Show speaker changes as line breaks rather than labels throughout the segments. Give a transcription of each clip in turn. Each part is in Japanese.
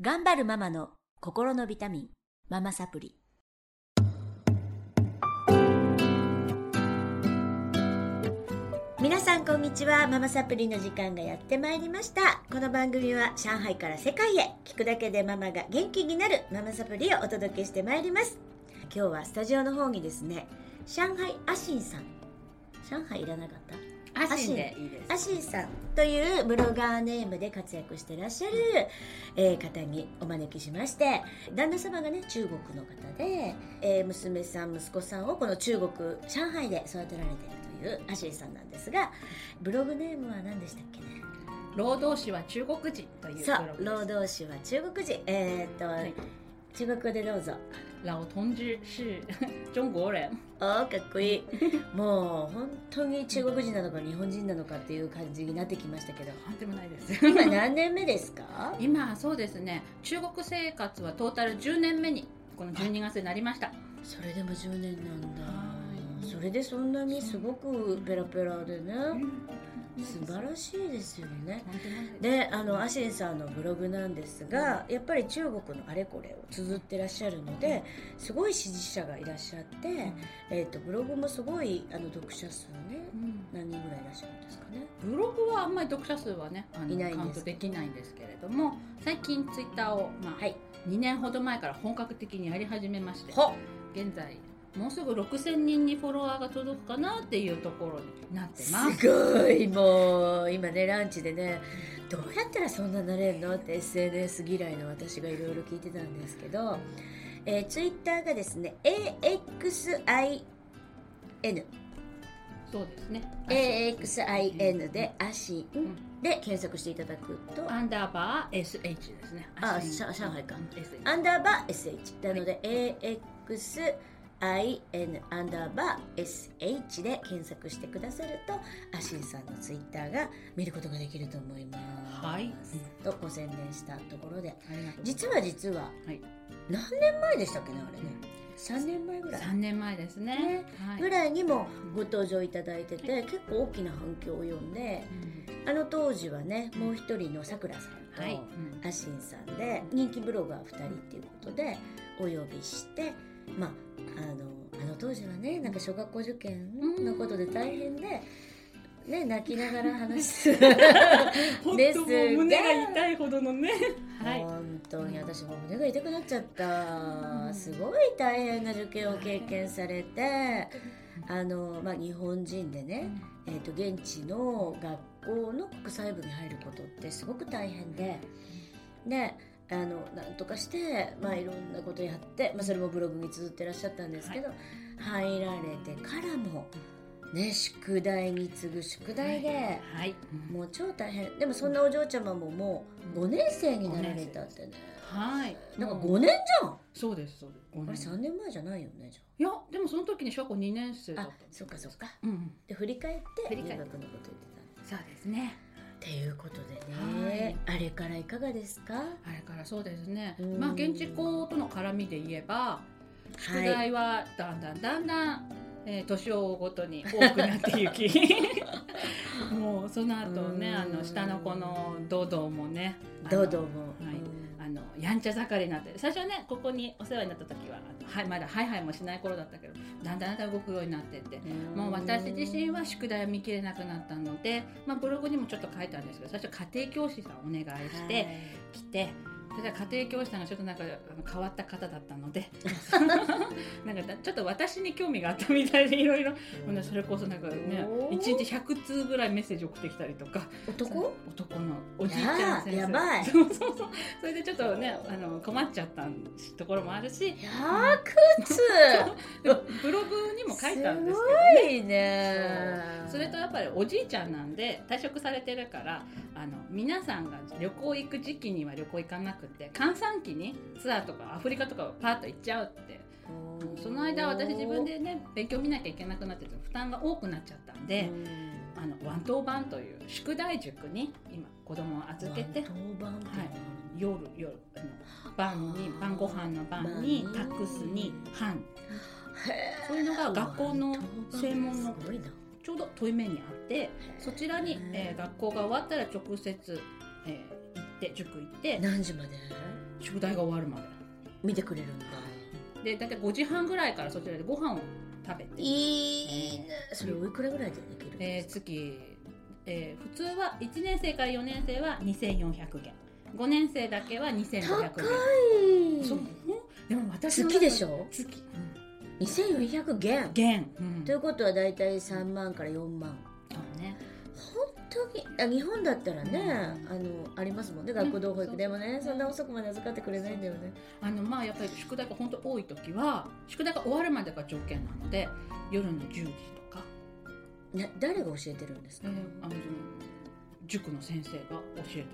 頑張るママの心のビタミン、ママサプリ。皆さんこんにちはママサプリの時間がやってまいりましたこの番組は上海から世界へ聞くだけでママが元気になるママサプリをお届けしてまいります今日はスタジオの方にですね上海アシンさん上海いらなかった
アシンでいいです。
アシンさんというブロガーネームで活躍してらっしゃる、えー方にお招きしまして旦那様がね中国の方で、えー娘さん息子さんをこの中国上海で育てられているというアシンさんなんですがブログネームは何でしたっけね
労働士は中国人という
そう
ブロ
労
グです。
働士は中国人えーっと、
はい
中国語でどうぞ
老同志是 中
お
国人。
ーかっこ いいもう本当に中国人なのか日本人なのかっていう感じになってきましたけど
なんでもないです。
今何年目ですか
今そうですね。中国生活はトータル10年目にこの12月になりました。
それでも10年なんだ
はい
それでそんなにすごくペラペラで
うん
ね
と
素
んでも
晴らしいですよね
ないです
であのアシンさんのブログなんですがやっぱり中国のあれこれを綴ってらっしゃるのですごい支持者がいらっしゃって、えー、とブログもすごいあの読者数ね
うん
何人ぐらいいらっしゃるんですかね
ブログはあんまり読者数はねあの
いないんです
カウントできないんですけれども最近ツイッターを、まあ
はい
2年ほど前から本格的にやり始めまして
ほ
現在もうすぐ6000人にフォロワーが届くかなっていうところになって
す
ます
ごいもう今ねランチでねどうやったらそんななれんのって SNS 嫌いの私がいろいろ聞いてたんですけど、えー、ツイッターがですね AXIN
そうですね
AXIN で「アシン
ん」
で検索していただくと
アンダーバー SH ですね
あ
足
上上海か
うん SH
アンダーバー SH なので AXIN アンダーバー SH で検索してくださるとアシンさんのツイッターが見ることができると思います。
はい
とご宣伝したところで
ありがとうございます
実は実は
はい
何年前でしたっけねあれね3年前ぐらい
3年前ですねはい
ぐらいにもご登場いただいてて結構大きな反響を呼んで
うん
あの当時はねもう一人のさくらさんと、
はいうん
アシンさんで人気ブロガー2人っていうことでお呼びしてまああのあの当時はねなんか小学校受験のことで大変で、ね、泣きながら話すですが
痛いほどのねは い
本当に私も胸が痛くなっちゃった、
うん
すごい大変な受験を経験されて、あのまあ、日本人でね、えー、と現地の学校の国際部に入ることってすごく大変でであのなんとかして、まあ、いろんなことやって、まあ、それもブログに綴ってらっしゃったんですけど、入られてからも、ね、宿題に次ぐ宿題で。
はい
もう超大変でもそんなお嬢ちゃまももう5年生になられたってね
はい
なんか
もう
5年じゃん
そうですそうです
あれ
5
3
年
年前じゃないよねじ
いやでもその時に小学校2年生
ゃ
だ
あ
っ
あ
た
そっかそっか
うんうん
で振り返って入
振
学
り返
の
っ
こと言ってた
そうですね
っていうことでね、あれからいかがですか
あれからそうですね
うん
まあ現地校との絡みで言えば宿
はい
題はだんだんだんだん、えー年を追うごとに多くなって いきもうその後ね
うん
あの下の子の堂々もねあの
どうどうも、
はいあのやんちゃ盛りになって最初はねここにお世話になった時はあのはいまだハイハイもしない頃だったけどだんだんだんだん動くようになってって
うん
もう私自身は宿題を見切れなくなったので、まあ、ブログにもちょっと書いたんですけど最初家庭教師さんお願いして、
はい
来てそしたら家庭教師さんがちょっとなんかあの変わった方だった のでなんかだちょっと私に興味があったみたいでいろいろほんでそれこそなんかね
おー
1日100通ぐらいメッセージ送ってきたりとか
男
男のおじいちゃん先生
やーやばい
そうそうそうそれでちょっとねあの困っちゃったところもあるし
100つす
でもブログ にも書いたんですけど
ごいね
それとやっぱりおじいちゃんなんで退職されてるからあの皆さんが旅行行く時期には旅行行かなくて閑散期にツアーとかアフリカとかをパーッと行っちゃうってうんその間私自分でね勉強見なきゃいけなくなってて負担が多くなっちゃったんで、あのワントーバンという宿題塾に今子供を預けて
当番
夜夜あの晩に晩ご飯の晩にタックスに班そういうのが学校の正門の
すごいな
ちょうど遠い面にあってそちらに、えー学校が終わったら直接、えー行って塾行って
何時まで
宿題が終わるま
見てくれるんだ
でで大体5時半ぐらいからそちらでご飯を食べて
いいねそれおいくらぐらいでできるんで
えー、
すか、
月、えー普通は1年生から4年生は2400元5年生だけは2500円
高い
そうでも私の中
月でしょ
月、
2400元
元、うん
ということはだいたい3万から4万
そうね
本当にあ日本だったらね、あのありますもんね学校同保育、
うん
でもね
そう
そんな遅くまで預かってくれないんだよね
あのまあやっぱり宿題が本当多い時は宿題が終わるまでが条件なので夜の10時とか、
ね誰が教えてるんです
え
か、
ーあの塾の先生が教えてて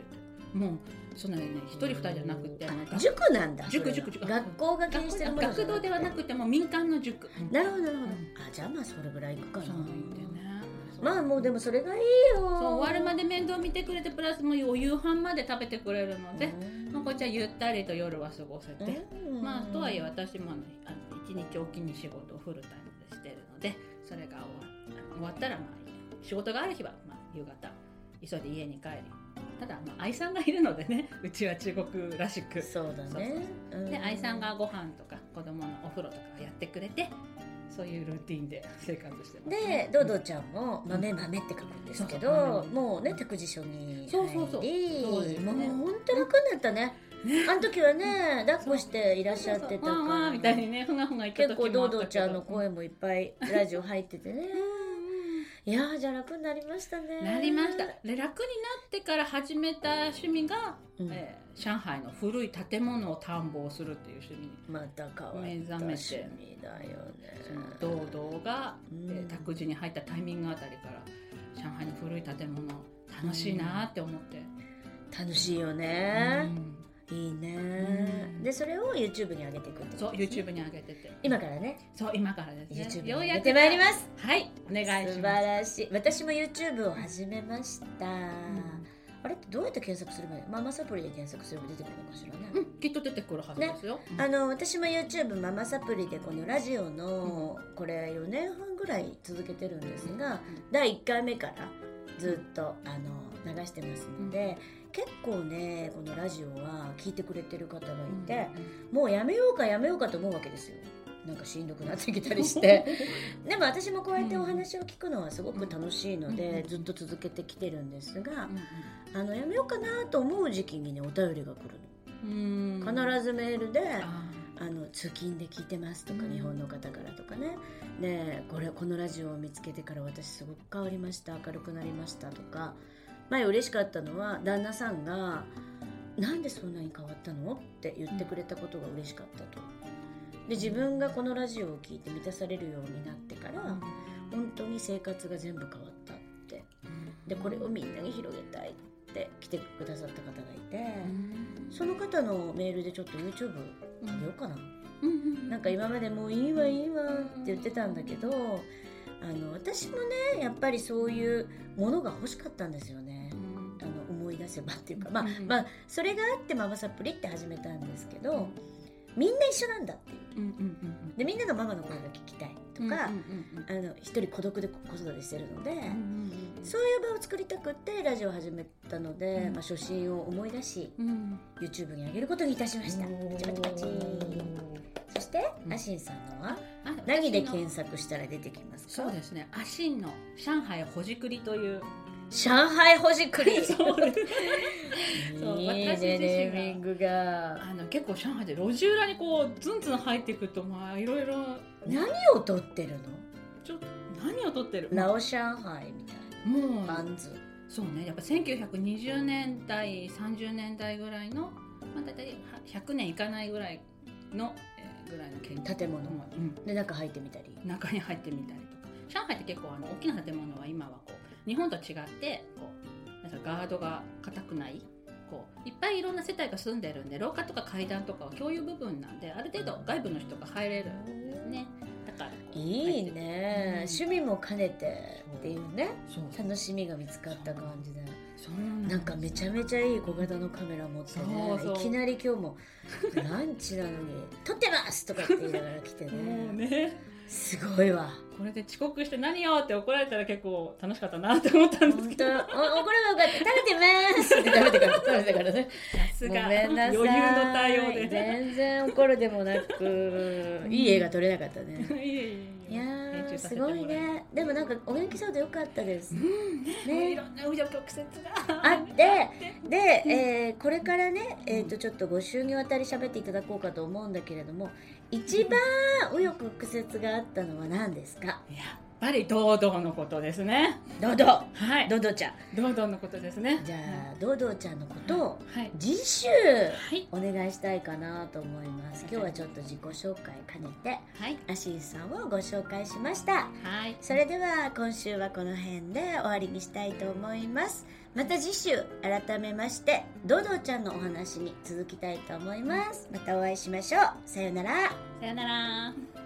もうそんなにね一人二人じゃなくてなんか
あ塾なんだ
塾
それは
塾塾
学校が経営
学
してるものじゃ
学童ではなくても民間の塾
なるほどなるほど、
うん
あじゃあまあそれぐらいいくかな
そうなんだよね
まあもうでもそれがいいよ
そう終わるまで面倒見てくれてプラスもうお夕飯まで食べてくれるので、
うん
まあ、こっちはゆったりと夜は過ごせて、
うん
まあとはいえ私もねあの一日おきに仕事をフルタイムでしてるのでそれが終わ終わったらまあ仕事がある日はまあ夕方急いで家に帰りただまあ愛さんがいるのでね うちは中国らしく
そうだねうん
で愛さんがご飯とか子供のお風呂とかをやってくれてそういうルーティンで 生活してます、
でドドちゃんも「豆豆」って書くんですけど、
そうそう
もうね手くじ書に入り
そうそうそうそうです
も
ね
う本当楽になったね、あの時はね抱っこしていらっしゃってた
そう
か
そうそうわーわ
ら
ーみたいにねふがふがいった
結構
時
ド
もあったけど
ドちゃんの声もいっぱいラジオ入っててねいやーじゃあ楽になりましたね
なりましたで楽になってから始めた趣味が、
うん
えー上海の古い建物を探訪するっていう趣味に
また変わった
目覚
趣
めて
味だよね
その堂々が、
うん
えー託児に入ったタイミングあたりから上海の古い建物楽しいなーって思って、
楽しいよ
う
ね、
ん
いいね、
うん
でそれを YouTube に上げていくって
そう
ことですね
YouTube に上げてて
今からね
そう今からです
YouTube
ね
に
よう
上
や
げ
く
てまいります
はいお願いし
素晴
ます
らしい私も YouTube を始めました、
ん
あれってどうやって検索すればいいママサプリで検索すれば出てくるのかしらね、
うんきっと出てくるはずですよ、うん
あの私も YouTube ママサプリでこのラジオのこれ4年半ぐらい続けてるんですが、第1回目からずっとあの流してますので、結構ねこのラジオは聞いてくれてる方がいて、もうやめようかやめようかと思うわけですよなんかしんどくなって きたりして でも私もこうやってお話を聞くのはすごく楽しいので、
うん
ずっと続けてきてるんですが
うん、
あのやめようかなと思う時期にねお便りが来る
うんうん
の必ずメールで、
あ
あの通勤で聞いてますとか、
うん
日本の方からとかねねえこれこのラジオを見つけてから私すごく変わりました明るくなりましたとか前嬉しかったのは旦那さんが「なんでそんなに変わったの?」って言ってくれたことが嬉しかったと。で自分がこのラジオを聞いて満たされるようになってから
ーうん
本当に生活が全部変わったってでこれをみんなに広げたいって来てくださった方がいて、
うん
その方のメールでちょっと YouTube あげようかな。
うんうん
なんか今までもういいわいいわって言ってたんだけどあの私もねやっぱりそういうものが欲しかったんですよね
うん
あの思い出せばっていうかまあ
うん
まあそれがあってママサプリって始めたんですけどみんな一緒なんだっていう
うんうんうん
でみんなのママの声が聞きたいと
うん
か、
うんうん
あの一人孤独で子育てしてるので、
うんうんうん
そういう場を作りたくってラジオを始めたので、
うん
まあ、初心を思い出し
うん、
YouTube に上げることにいたしましたパチパチパチそして、
うん
アシンさんのは
あ
何で
私の
検索したら出てきますか
そうですね。アシンの上海ほじくりという。
上海ほじくり
そう
いい ね
私自身が
ネーミングが
あの結構上海で路地裏にこうズンズン入っていくとまあいろいろ
何を撮ってるの
ちょっと何を撮ってる。
ラオ上海みたい
もう
なバンズ
そうね。やっぱ1920年代30年代ぐらいのまあ大体100年いかないぐらいの、えーぐらいの建築
建物
うん。
で中入ってみたり
中に入ってみたりとか上海って結構あの大きな建物は今はこう日本と違ってこうなんかガードが固くないこういっぱいいろんな世帯が住んでるんで廊下とか階段とかは共有部分なんである程度外部の人が入れるんですねだからこう
いい
入
ね
っ、
趣
て
味も兼ねてっていうね
そう
楽しみが見つかった感じで
そうなん
なんかめちゃめちゃいい小型のカメラ持ってね
そうそう
いきなり今日も「ランチなのに撮ってます!」とかって言いながら来て
もう
ね
ね
すごいわ
ここれで遅刻して何よって怒られたら結構楽しかったなって思ったんです
本
け
当
ど
お怒ればよかった食べてますって食べてから食べてからね
さ す
ご
が
めんなさい
余裕の対応でね
全然怒るでもなくいい映画撮れなかったね
いやいや
いや
編
ー
集
す
させても
ご
ら
いねでもなんかお元気そうでよかったです
もう
ね
いろんな紆余曲折が
あってで、えーこれからね、えー、とちょっと5週にわたり喋っていただこうかと思うんだけれども一番右翼曲折があったのは何ですか
やっぱり堂々のことですね
ドド
はい
ドドちゃん
堂々のことですね
じゃあドドちゃんのことを
はい
次週
はい
お願いしたいかなと思います今日はちょっと自己紹介兼ねて
はい
アシーさんをご紹介しました
はい
それでは今週はこの辺で終わりにしたいと思いますまた次週改めましてドドちゃんのお話に続きたいと思いますまたお会いしましょうさようなら
さよなら